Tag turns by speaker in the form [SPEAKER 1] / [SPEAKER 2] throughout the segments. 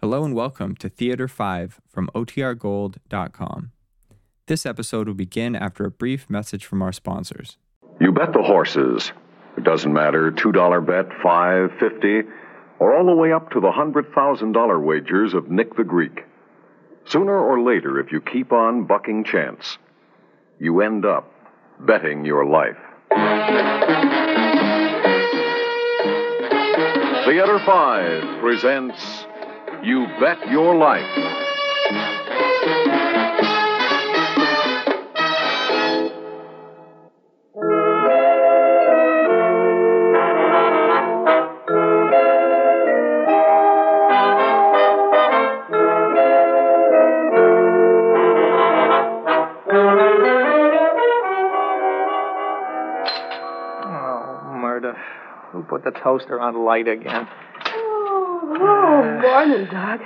[SPEAKER 1] Hello and welcome to Theater 5 from OTRGold.com. This episode will begin after a brief message from our sponsors.
[SPEAKER 2] You bet the horses. It doesn't matter, $2 bet, 5, 50, or all the way up to the $100,000 wagers of Nick the Greek. Sooner or later, if you keep on bucking chance, you end up betting your life. Theater 5 presents You Bet Your Life.
[SPEAKER 3] Oh, murder. Who put the toaster on light again?
[SPEAKER 4] Oh, oh, morning, Doc.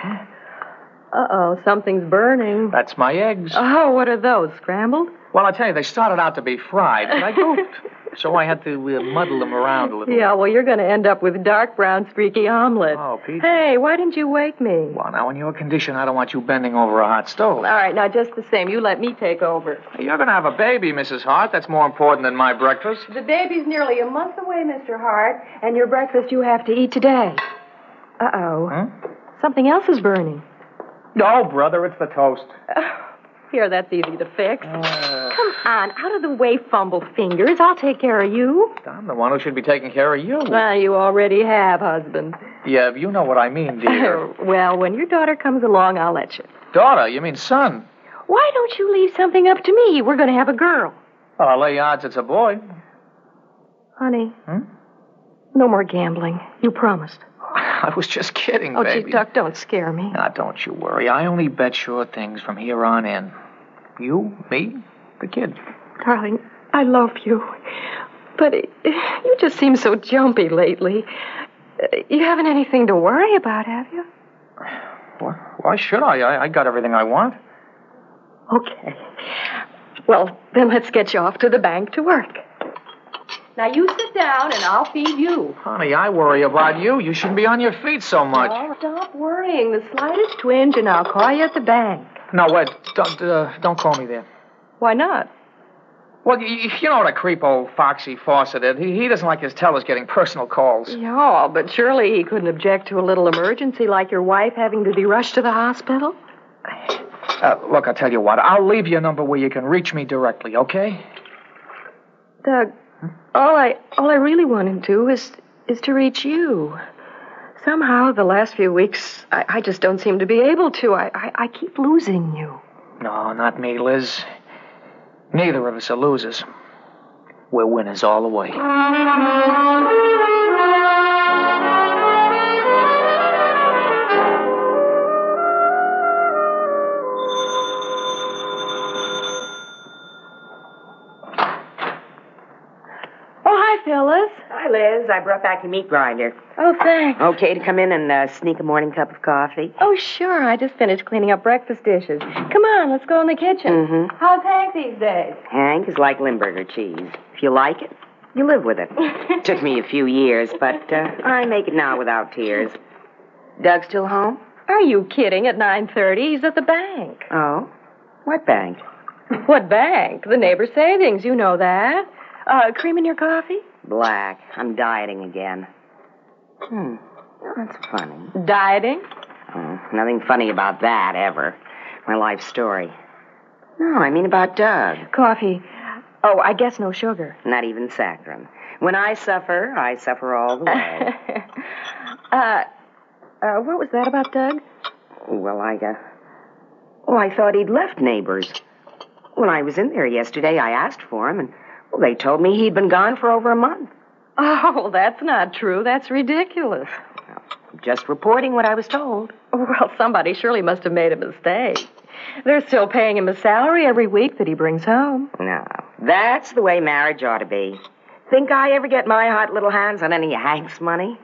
[SPEAKER 4] Uh oh, something's burning.
[SPEAKER 3] That's my eggs.
[SPEAKER 4] Oh, what are those? Scrambled?
[SPEAKER 3] Well, I tell you, they started out to be fried, but I goofed. so I had to uh, muddle them around a little.
[SPEAKER 4] Yeah, well, you're going to end up with dark brown streaky omelet.
[SPEAKER 3] Oh, Pete.
[SPEAKER 4] Hey, why didn't you wake me?
[SPEAKER 3] Well, now, in your condition, I don't want you bending over a hot stove.
[SPEAKER 4] All right, now, just the same, you let me take over.
[SPEAKER 3] You're going to have a baby, Mrs. Hart. That's more important than my breakfast.
[SPEAKER 4] The baby's nearly a month away, Mr. Hart, and your breakfast you have to eat today. Uh oh. Something else is burning.
[SPEAKER 3] No, brother, it's the toast.
[SPEAKER 4] Here, that's easy to fix.
[SPEAKER 3] Oh. Uh,
[SPEAKER 4] Come on, out of the way, fumble fingers. I'll take care of you.
[SPEAKER 3] I'm the one who should be taking care of you.
[SPEAKER 4] Well, you already have, husband.
[SPEAKER 3] Yeah, you know what I mean, dear.
[SPEAKER 4] well, when your daughter comes along, I'll let you.
[SPEAKER 3] Daughter, you mean son.
[SPEAKER 4] Why don't you leave something up to me? We're going to have a girl.
[SPEAKER 3] Well, I lay odds it's a boy.
[SPEAKER 4] Honey. No more gambling. You promised.
[SPEAKER 3] I was just kidding,
[SPEAKER 4] Oh,
[SPEAKER 3] baby.
[SPEAKER 4] gee, Duck, don't scare me.
[SPEAKER 3] Now, don't you worry. I only bet sure things from here on in. You, me, the kid.
[SPEAKER 4] Darling, I love you. But eh, you just seem so jumpy lately. Eh, You haven't anything to worry about, have you?
[SPEAKER 3] Why, why should I? I? I got everything I want.
[SPEAKER 4] Okay. Well, then let's get you off to the bank to work. Now you sit down and I'll feed you.
[SPEAKER 3] Honey, I worry about you. You shouldn't be on your feet so much.
[SPEAKER 4] Oh, stop worrying. The slightest twinge and I'll call you at the bank.
[SPEAKER 3] No, wait. Don't, uh, don't call me there.
[SPEAKER 4] Why not?
[SPEAKER 3] Well, you, you know what a creep old Foxy Fawcett is. He, he doesn't like his tellers getting personal calls.
[SPEAKER 4] Yeah, but surely he couldn't object to a little emergency like your wife having to be rushed to the hospital.
[SPEAKER 3] Uh, look, I'll tell you what. I'll leave your number where you can reach me directly, okay?
[SPEAKER 4] Doug, all I all I really want to do is is to reach you. Somehow the last few weeks I, I just don't seem to be able to. I, I, I keep losing you.
[SPEAKER 3] No, not me, Liz. Neither of us are losers. We're winners all the way.
[SPEAKER 4] Oh hi, Phyllis.
[SPEAKER 5] Hi, Liz. I brought back your meat grinder.
[SPEAKER 4] Oh thanks.
[SPEAKER 5] Okay to come in and uh, sneak a morning cup of coffee?
[SPEAKER 4] Oh sure, I just finished cleaning up breakfast dishes. Come on, let's go in the kitchen.
[SPEAKER 5] Mm-hmm.
[SPEAKER 4] How's Hank these days?
[SPEAKER 5] Hank is like Limburger cheese. If you like it, you live with it. Took me a few years, but uh, I make it now without tears. Doug still home?
[SPEAKER 4] Are you kidding? At nine thirty, he's at the bank.
[SPEAKER 5] Oh. What bank?
[SPEAKER 4] What bank? The neighbor savings. You know that. Uh, cream in your coffee?
[SPEAKER 5] Black. I'm dieting again. Hmm. That's funny.
[SPEAKER 4] Dieting?
[SPEAKER 5] Oh, nothing funny about that ever. My life story. No, I mean about Doug.
[SPEAKER 4] Coffee. Oh, I guess no sugar.
[SPEAKER 5] Not even saccharin. When I suffer, I suffer all the way.
[SPEAKER 4] Uh, uh, what was that about Doug?
[SPEAKER 5] Well, I, uh. Oh, I thought he'd left neighbors. When I was in there yesterday, I asked for him, and well, they told me he'd been gone for over a month.
[SPEAKER 4] Oh, that's not true. That's ridiculous.
[SPEAKER 5] Just reporting what I was told.
[SPEAKER 4] Well, somebody surely must have made a mistake. They're still paying him a salary every week that he brings home.
[SPEAKER 5] No. That's the way marriage ought to be. Think I ever get my hot little hands on any of Hank's money?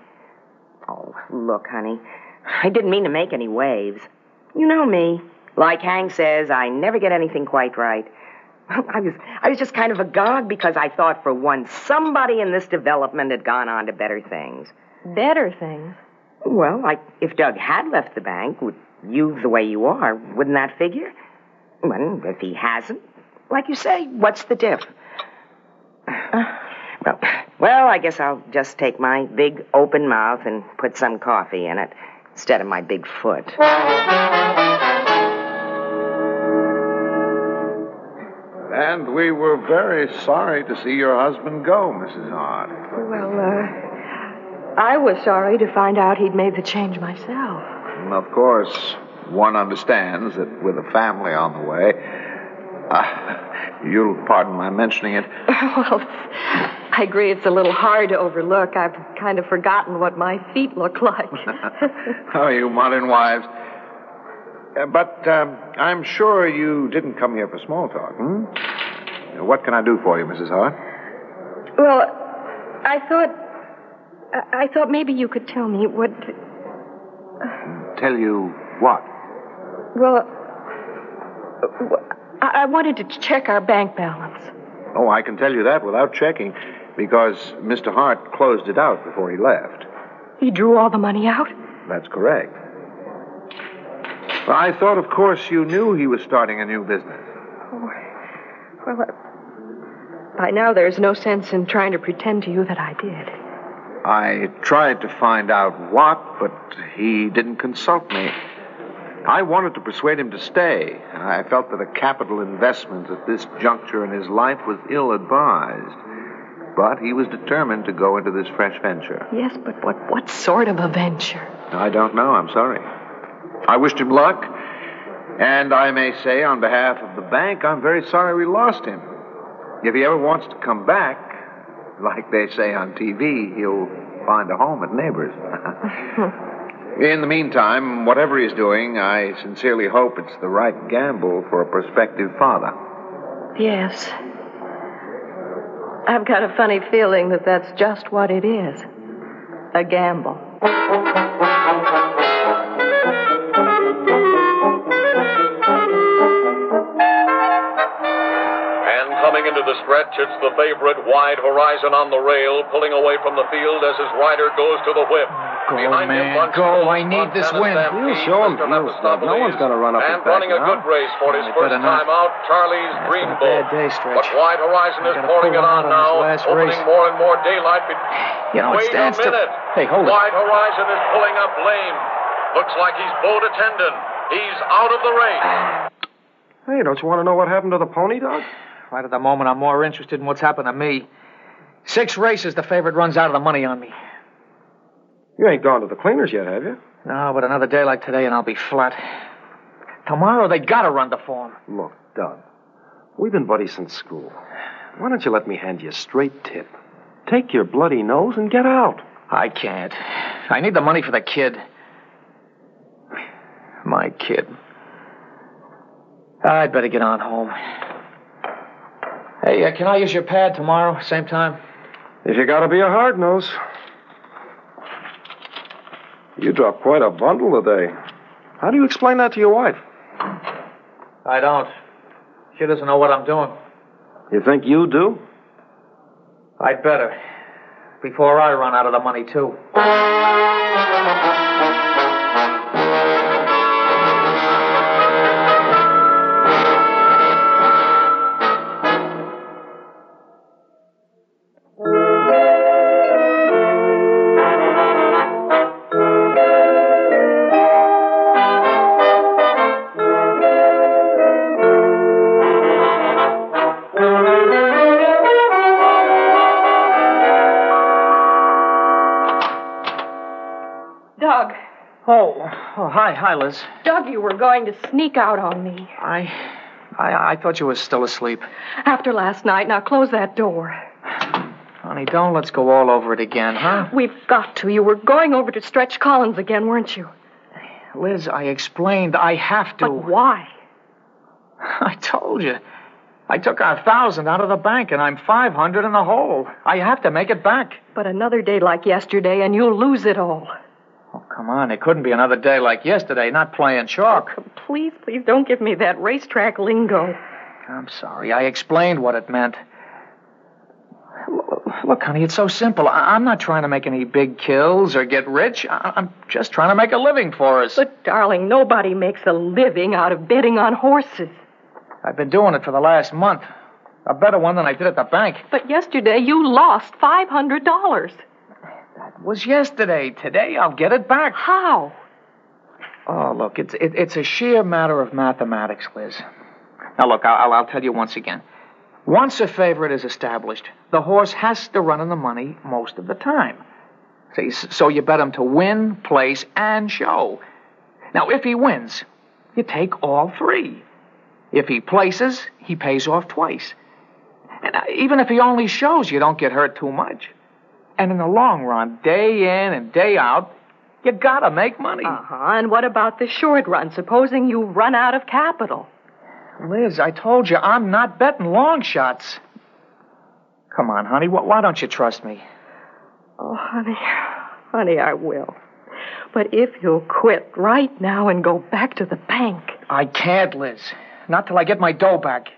[SPEAKER 5] Oh, look, honey. I didn't mean to make any waves. You know me. Like Hank says, I never get anything quite right. I was I was just kind of agog because I thought for once somebody in this development had gone on to better things.
[SPEAKER 4] Better things.
[SPEAKER 5] Well, like, if Doug had left the bank with you the way you are, wouldn't that figure? Well, if he hasn't, like you say, what's the diff? Well, well, I guess I'll just take my big open mouth and put some coffee in it instead of my big foot.
[SPEAKER 6] And we were very sorry to see your husband go, Mrs. Hart.
[SPEAKER 4] Well, uh, I was sorry to find out he'd made the change myself.
[SPEAKER 6] And Mm, of course, one understands that with a family on the way, uh, you'll pardon my mentioning it.
[SPEAKER 4] well, I agree it's a little hard to overlook. I've kind of forgotten what my feet look like.
[SPEAKER 6] Oh, you modern wives. Uh, but um, I'm sure you didn't come here for small talk, hmm? What can I do for you, Mrs. Hart?
[SPEAKER 4] well, I thought. I I thought maybe you could tell me what.
[SPEAKER 6] Tell you what?
[SPEAKER 4] Well, I I wanted to check our bank balance.
[SPEAKER 6] Oh, I can tell you that without checking, because Mr. Hart closed it out before he left.
[SPEAKER 4] He drew all the money out?
[SPEAKER 6] That's correct. Well, I thought, of course, you knew he was starting a new business.
[SPEAKER 4] Oh, well, uh, by now there's no sense in trying to pretend to you that I did.
[SPEAKER 6] I tried to find out what, but he didn't consult me. I wanted to persuade him to stay, and I felt that a capital investment at this juncture in his life was ill advised. But he was determined to go into this fresh venture.
[SPEAKER 4] Yes, but what, what sort of a venture?
[SPEAKER 6] I don't know. I'm sorry. I wished him luck. And I may say, on behalf of the bank, I'm very sorry we lost him. If he ever wants to come back, like they say on TV, he'll find a home at Neighbors. In the meantime, whatever he's doing, I sincerely hope it's the right gamble for a prospective father.
[SPEAKER 4] Yes. I've got a funny feeling that that's just what it is a gamble.
[SPEAKER 7] And coming into the stretch, it's the favorite wide horizon on the rail, pulling away from the field as his rider goes to the whip.
[SPEAKER 3] Go, man, go. I need this win.
[SPEAKER 7] You
[SPEAKER 8] show 'em Hughes, Doug. No one's gonna run up
[SPEAKER 7] And
[SPEAKER 8] his back
[SPEAKER 7] running a
[SPEAKER 8] now.
[SPEAKER 7] good race for his
[SPEAKER 8] Yeah,
[SPEAKER 7] first
[SPEAKER 8] better not.
[SPEAKER 7] time out, Charlie's
[SPEAKER 8] Yeah, it's
[SPEAKER 7] Green
[SPEAKER 8] been a
[SPEAKER 7] Bull.
[SPEAKER 8] bad day, Stretch.
[SPEAKER 7] But wide horizon
[SPEAKER 8] I
[SPEAKER 7] is
[SPEAKER 8] gotta
[SPEAKER 7] pouring it
[SPEAKER 8] pull him out on
[SPEAKER 7] on
[SPEAKER 8] his
[SPEAKER 7] now,
[SPEAKER 8] last
[SPEAKER 7] opening
[SPEAKER 8] race.
[SPEAKER 7] more and more daylight. Be-
[SPEAKER 8] You know, it
[SPEAKER 7] Wait
[SPEAKER 8] stands
[SPEAKER 7] a
[SPEAKER 8] to-
[SPEAKER 7] minute.
[SPEAKER 8] Hey, hold it.
[SPEAKER 7] Wide horizon is pulling up lame. Looks like he's bowed a tendon. He's out of the race.
[SPEAKER 8] Hey, don't you want to know what happened to the pony, Doc?
[SPEAKER 3] Right at the moment, I'm more interested in what's happened to me. Six races, the favorite runs out of the money on me.
[SPEAKER 8] You ain't gone to the cleaners yet, have you?
[SPEAKER 3] No, but another day like today, and I'll be flat. Tomorrow, they gotta run the form.
[SPEAKER 8] Look, Doug, we've been buddies since school. Why don't you let me hand you a straight tip? Take your bloody nose and get out.
[SPEAKER 3] I can't. I need the money for the kid. My kid. I'd better get on home. Hey, uh, can I use your pad tomorrow, same time?
[SPEAKER 8] If you gotta be a hard nose. You dropped quite a bundle today. How do you explain that to your wife?
[SPEAKER 3] I don't. She doesn't know what I'm doing.
[SPEAKER 8] You think you do?
[SPEAKER 3] I'd better. Before I run out of the money, too.
[SPEAKER 4] Doug,
[SPEAKER 3] Oh, oh hi, hi, Liz.
[SPEAKER 4] Doug, you were going to sneak out on me
[SPEAKER 3] I, I, I thought you were still asleep.
[SPEAKER 4] after last night. Now close that door.
[SPEAKER 3] Honey, don't let's go all over it again, huh?
[SPEAKER 4] We've got to. You were going over to Stretch Collins again, weren't you?
[SPEAKER 3] Liz, I explained I have to.
[SPEAKER 4] But why?
[SPEAKER 3] I told you. I took our thousand out of the bank, and I'm 500 in the hole. I have to make it back.
[SPEAKER 4] But another day like yesterday, and you'll lose it all.
[SPEAKER 3] Oh, come on. It couldn't be another day like yesterday, not playing chalk.
[SPEAKER 4] Please, please don't give me that racetrack lingo.
[SPEAKER 3] I'm sorry. I explained what it meant. L- Look, honey, it's so simple. I- I'm not trying to make any big kills or get rich. I- I'm just trying to make a living for us.
[SPEAKER 4] But, darling, nobody makes a living out of betting on horses.
[SPEAKER 3] I've been doing it for the last month. A better one than I did at the bank.
[SPEAKER 4] But yesterday you lost $500.
[SPEAKER 3] It was yesterday. Today I'll get it back.
[SPEAKER 4] How?
[SPEAKER 3] Oh, look, it's it, it's a sheer matter of mathematics, Liz. Now, look, I'll, I'll, I'll tell you once again. Once a favorite is established, the horse has to run in the money most of the time. See, s- so you bet him to win, place, and show. Now, if he wins, you take all three. If he places, he pays off twice. And uh, even if he only shows, you don't get hurt too much. And in the long run, day in and day out, you gotta make money.
[SPEAKER 4] Uh huh. And what about the short run? Supposing you run out of capital.
[SPEAKER 3] Liz, I told you I'm not betting long shots. Come on, honey. Wh- why don't you trust me?
[SPEAKER 4] Oh, honey, honey, I will. But if you'll quit right now and go back to the bank.
[SPEAKER 3] I can't, Liz. Not till I get my dough back.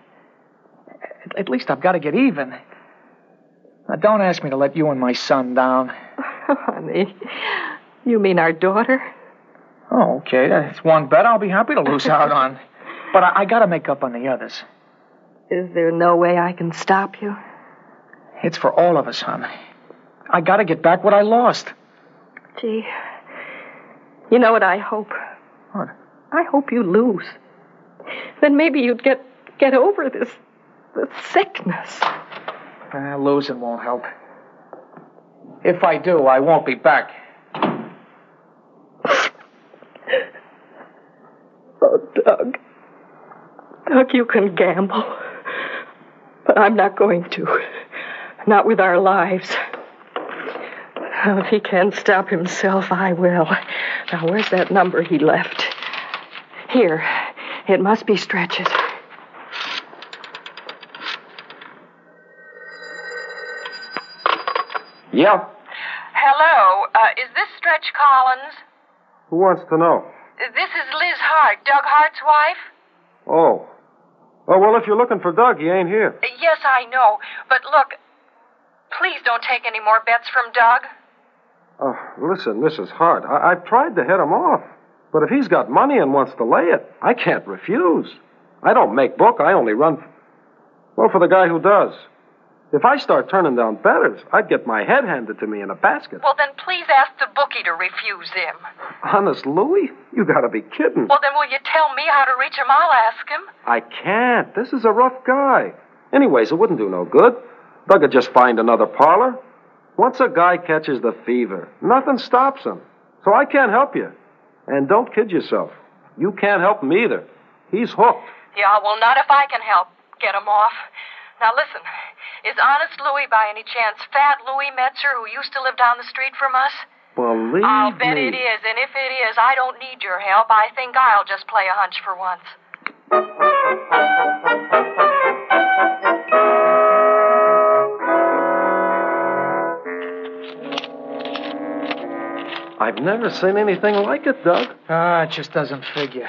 [SPEAKER 3] At, at least I've got to get even. Now, don't ask me to let you and my son down.
[SPEAKER 4] honey, you mean our daughter?
[SPEAKER 3] Oh, okay. That's one bet I'll be happy to lose out on. But I, I got to make up on the others.
[SPEAKER 4] Is there no way I can stop you?
[SPEAKER 3] It's for all of us, hon. I got to get back what I lost.
[SPEAKER 4] Gee, you know what I hope?
[SPEAKER 3] What?
[SPEAKER 4] I hope you lose. Then maybe you'd get get over this this sickness.
[SPEAKER 3] Uh, losing won't help. If I do, I won't be back.
[SPEAKER 4] Oh, Doug. Doug, you can gamble. But I'm not going to. Not with our lives. Oh, if he can't stop himself, I will. Now, where's that number he left? Here. It must be stretches.
[SPEAKER 8] Yeah.
[SPEAKER 9] Hello, uh, is this Stretch Collins?
[SPEAKER 8] Who wants to know?
[SPEAKER 9] This is Liz Hart, Doug Hart's wife.
[SPEAKER 8] Oh. Oh, well, if you're looking for Doug, he ain't here.
[SPEAKER 9] Uh, Yes, I know, but look, please don't take any more bets from Doug.
[SPEAKER 8] Oh, listen, Mrs. Hart, I- I've tried to head him off. But if he's got money and wants to lay it, I can't refuse. I don't make book, I only run. f- well, for the guy who does. If I start turning down betters, I'd get my head handed to me in a basket.
[SPEAKER 9] Well, then please ask the bookie to refuse him.
[SPEAKER 8] Honest, Louie, you gotta be kidding.
[SPEAKER 9] Well, then will you tell me how to reach him? I'll ask him.
[SPEAKER 8] I can't. This is a rough guy. Anyways, it wouldn't do no good. Doug'd just find another parlor. Once a guy catches the fever, nothing stops him. So I can't help you. And don't kid yourself. You can't help him either. He's hooked.
[SPEAKER 9] Yeah, well, not if I can help get him off. Now, listen, is Honest Louie by any chance Fat Louie Metzer, who used to live down the street from us?
[SPEAKER 8] Believe
[SPEAKER 9] I'll bet
[SPEAKER 8] me.
[SPEAKER 9] it is, and if it is, I don't need your help. I think I'll just play a hunch for once.
[SPEAKER 8] I've never seen anything like it, Doug.
[SPEAKER 3] Ah, it just doesn't figure.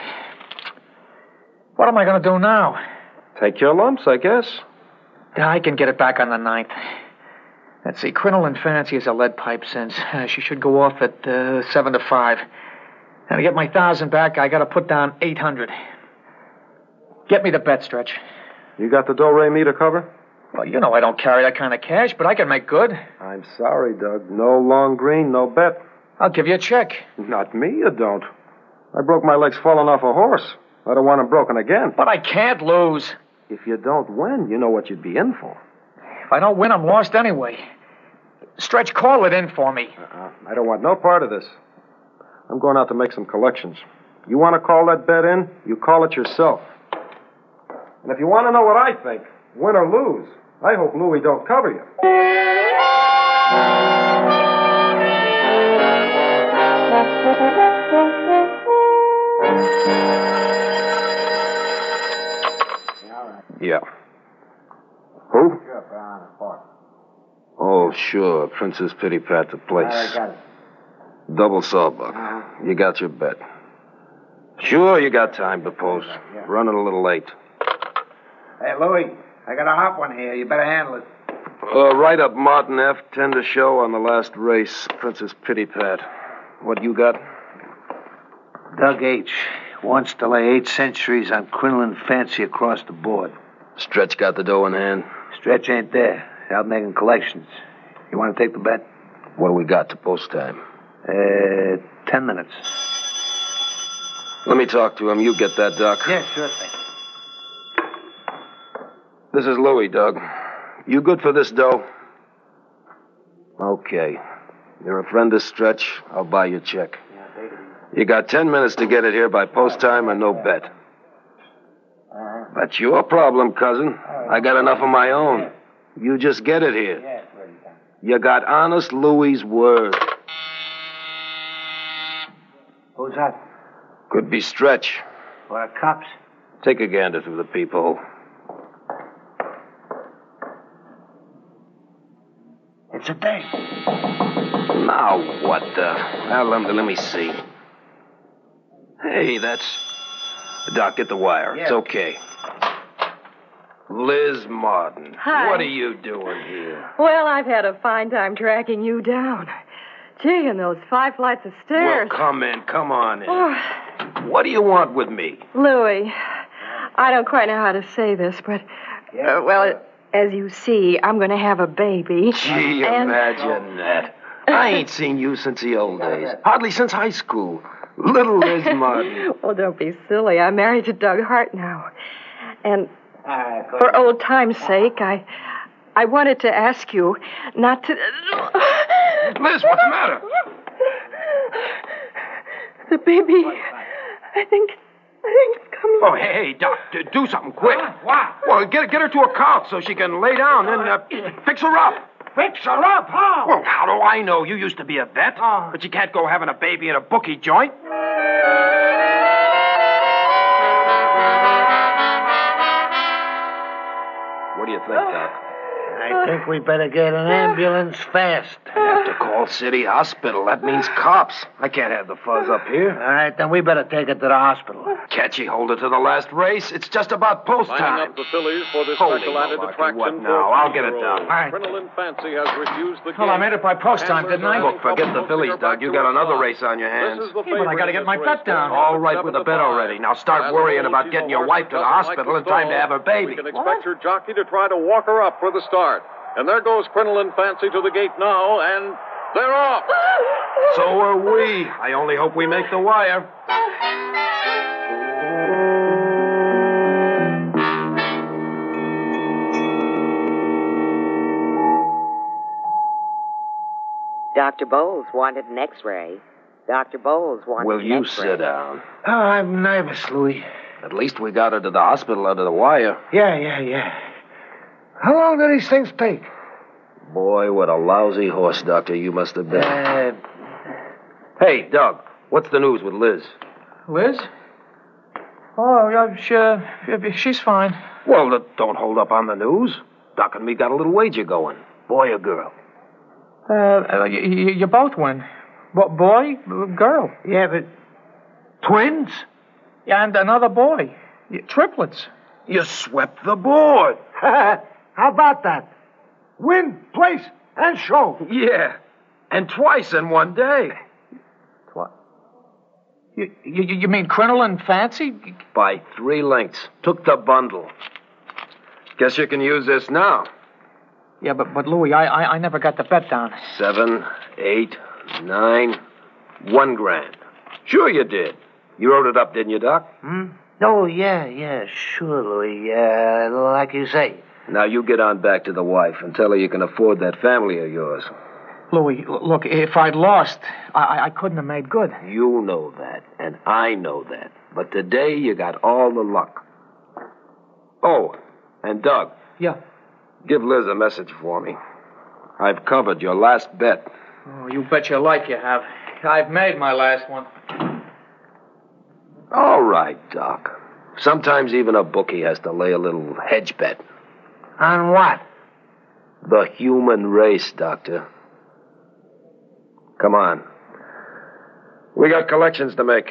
[SPEAKER 3] What am I going to do now?
[SPEAKER 8] Take your lumps, I guess.
[SPEAKER 3] I can get it back on the ninth. Let's see, Crinoline Fancy is a lead pipe since. Uh, she should go off at uh, 7 to 5. And to get my 1,000 back, I got to put down 800. Get me the bet stretch.
[SPEAKER 8] You got the do re mi to cover?
[SPEAKER 3] Well, you know I don't carry that kind of cash, but I can make good.
[SPEAKER 8] I'm sorry, Doug. No long green, no bet.
[SPEAKER 3] I'll give you a check.
[SPEAKER 8] Not me, you don't. I broke my legs falling off a horse. I don't want 'em broken again.
[SPEAKER 3] But I can't lose.
[SPEAKER 8] If you don't win, you know what you'd be in for.
[SPEAKER 3] If I don't win, I'm lost anyway. Stretch, call it in for me.
[SPEAKER 8] Uh-uh. I don't want no part of this. I'm going out to make some collections. You want to call that bet in? You call it yourself. And if you want to know what I think, win or lose, I hope Louis don't cover you.
[SPEAKER 6] Yeah.
[SPEAKER 8] Who?
[SPEAKER 6] Oh, sure. Princess Pittypat the place. Double sawbuck. You got your bet. Sure, you got time to post. Running a little late.
[SPEAKER 10] Hey, Louie, I got a hot one here. You better handle it.
[SPEAKER 8] Uh, right up Martin F. Ten to show on the last race. Princess Pity Pat. What you got?
[SPEAKER 10] Doug H. wants to lay eight centuries on Quinlan Fancy across the board.
[SPEAKER 11] Stretch got the dough in hand.
[SPEAKER 10] Stretch ain't there. He's Out making collections. You want to take the bet?
[SPEAKER 11] What do we got to post time?
[SPEAKER 10] Uh, ten minutes.
[SPEAKER 11] Let me talk to him. You get that, Doc.
[SPEAKER 10] Yeah, sure thing.
[SPEAKER 11] This is Louis, Doug. You good for this dough? Okay. You're a friend of Stretch. I'll buy you a check. You got ten minutes to get it here by post time or no bet. That's your problem, cousin. I got enough of my own. You just get it here. You got honest Louis's word.
[SPEAKER 10] Who's that?
[SPEAKER 11] Could be Stretch.
[SPEAKER 10] Or the cops?
[SPEAKER 11] Take a gander through the peephole.
[SPEAKER 10] It's a thing.
[SPEAKER 11] Now what the? Now let me, let me see. Hey, that's Doc. Get the wire. It's okay. Liz Martin.
[SPEAKER 4] Hi.
[SPEAKER 11] What are you doing here?
[SPEAKER 4] Well, I've had a fine time tracking you down. Gee, and those five flights of
[SPEAKER 11] Well,
[SPEAKER 4] stairs.
[SPEAKER 11] come in. Come on in.
[SPEAKER 4] Oh.
[SPEAKER 11] What do you want with me?
[SPEAKER 4] Louis, I don't quite know how to say this, but uh, well, as you see, I'm going to have a baby.
[SPEAKER 11] Gee,
[SPEAKER 4] and
[SPEAKER 11] imagine that. I ain't seen you since the old days. Hardly since high school. Little Liz Martin.
[SPEAKER 4] well, don't be silly. I'm married to Doug Hart now, and for old times' sake, I I wanted to ask you not to.
[SPEAKER 11] Liz, what's the matter?
[SPEAKER 4] The baby. I think. I think it's coming.
[SPEAKER 6] Oh, hey, hey, doctor, do something quick. What? Well, get, get her to a couch so she can lay down and uh, fix her up. Fix her up? Uh-huh. How? Well, how do I know? You used to be a vet, but you can't go having a baby in a bookie joint.
[SPEAKER 11] What do you think, Doc?
[SPEAKER 10] I think we better get an ambulance fast.
[SPEAKER 11] Have to call City Hospital. That means cops. I can't have the fuzz up
[SPEAKER 10] All
[SPEAKER 11] here.
[SPEAKER 10] right, then we better take it to the hospital.
[SPEAKER 11] Can't you hold it to the last race? It's just about post
[SPEAKER 7] Lining
[SPEAKER 11] time.
[SPEAKER 7] up the fillies for this
[SPEAKER 11] Holy
[SPEAKER 7] special added
[SPEAKER 11] malarkey,
[SPEAKER 7] attraction.
[SPEAKER 11] what
[SPEAKER 7] for
[SPEAKER 11] now? I'll get it
[SPEAKER 7] three-year-olds.
[SPEAKER 11] done. All right.
[SPEAKER 7] Adrenaline Fancy has refused the
[SPEAKER 6] Well, I made it by post time, didn't I?
[SPEAKER 11] Look, forget the fillies, Doug. You got another race on your
[SPEAKER 7] This
[SPEAKER 11] hands.
[SPEAKER 7] is the
[SPEAKER 6] Yeah, but I gotta get my bet down.
[SPEAKER 11] All right with the bet already. Now start worrying about getting your wife to the hospital in time to have her
[SPEAKER 7] We
[SPEAKER 11] baby.
[SPEAKER 7] can expect your jockey to try to walk her up for the start. And there goes Crinoline Fancy to the gate now, and they're off.
[SPEAKER 11] So are we. I only hope we make the wire.
[SPEAKER 5] Dr. Bowles wanted an x ray. Dr. Bowles wanted
[SPEAKER 11] Will
[SPEAKER 5] an
[SPEAKER 11] you
[SPEAKER 5] x-ray.
[SPEAKER 11] sit down?
[SPEAKER 10] Oh, I'm nervous, Louis.
[SPEAKER 11] At least we got her to the hospital under the wire.
[SPEAKER 10] Yeah, yeah, yeah. How long do these things take?
[SPEAKER 11] Boy, what a lousy horse doctor you must have been.
[SPEAKER 10] Uh,
[SPEAKER 11] Hey, Doug, what's the news with Liz?
[SPEAKER 3] Liz? Oh, yeah, she, uh, she's fine.
[SPEAKER 11] Well, th- don't hold up on the news. Doc and me got a little wager going. Boy or girl?
[SPEAKER 3] Uh, uh, you, you both win. Bo- boy, girl.
[SPEAKER 10] yeah, but twins?
[SPEAKER 3] And another boy. Y- Triplets.
[SPEAKER 11] You swept the board.
[SPEAKER 10] How about that? Win, place, and show.
[SPEAKER 11] Yeah. And twice in one day.
[SPEAKER 3] You, you, you mean crinoline fancy?
[SPEAKER 11] By three lengths. Took the bundle. Guess you can use this now.
[SPEAKER 3] Yeah, but, but Louis, I, I, I never got the bet down.
[SPEAKER 11] Seven, eight, nine, one grand. Sure you did. You wrote it up, didn't you, Doc?
[SPEAKER 10] Oh, yeah, yeah, sure, Louis. Uh, like you say.
[SPEAKER 11] Now you get on back to the wife and tell her you can afford that family of yours.
[SPEAKER 3] Louis, l- look, if I'd lost, I- I, I couldn't have made good.
[SPEAKER 11] You know that, and I know that. But today you got all the luck. Oh, and Doug,
[SPEAKER 3] Yeah.
[SPEAKER 11] give Liz a message for me. I've covered your last bet.
[SPEAKER 3] Oh, you bet your life you have. I've made my last one.
[SPEAKER 11] All right, Doc. Sometimes even a bookie has to lay a little hedge bet.
[SPEAKER 10] On what?
[SPEAKER 11] The human race, Doctor. Come on. We got collections to make.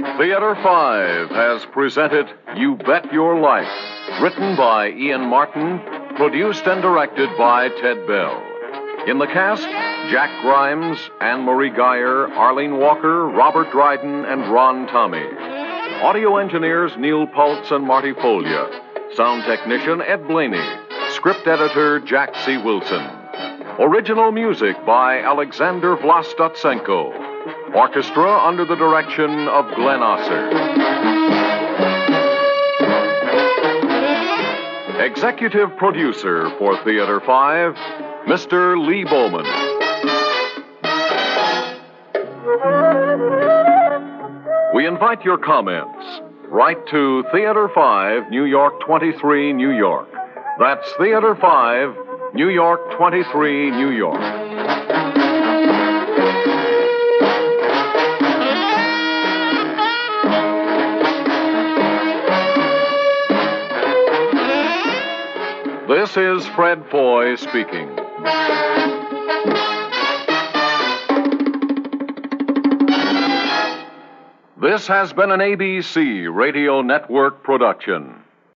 [SPEAKER 2] 5 has presented You Bet Your Life, written by Ian Martin, produced and directed by Ted Bell. In the cast, Jack Grimes, Anne Marie Geyer, Arlene Walker, Robert Dryden, and Ron Tommy. Audio engineers Neil Pultz and Marty Folia. Sound technician Ed Blaney. Script editor Jack C. Wilson. Original music by Alexander Vlastotsenko. Orchestra under the direction of Glenn Osser. Executive producer for Theater 5, Mr. Lee Bowman. We invite your comments. Write to Theater 5, New York 23, New York. That's Theater 5, New York 23, New York. This is Fred Foy speaking. This has been an ABC Radio Network production.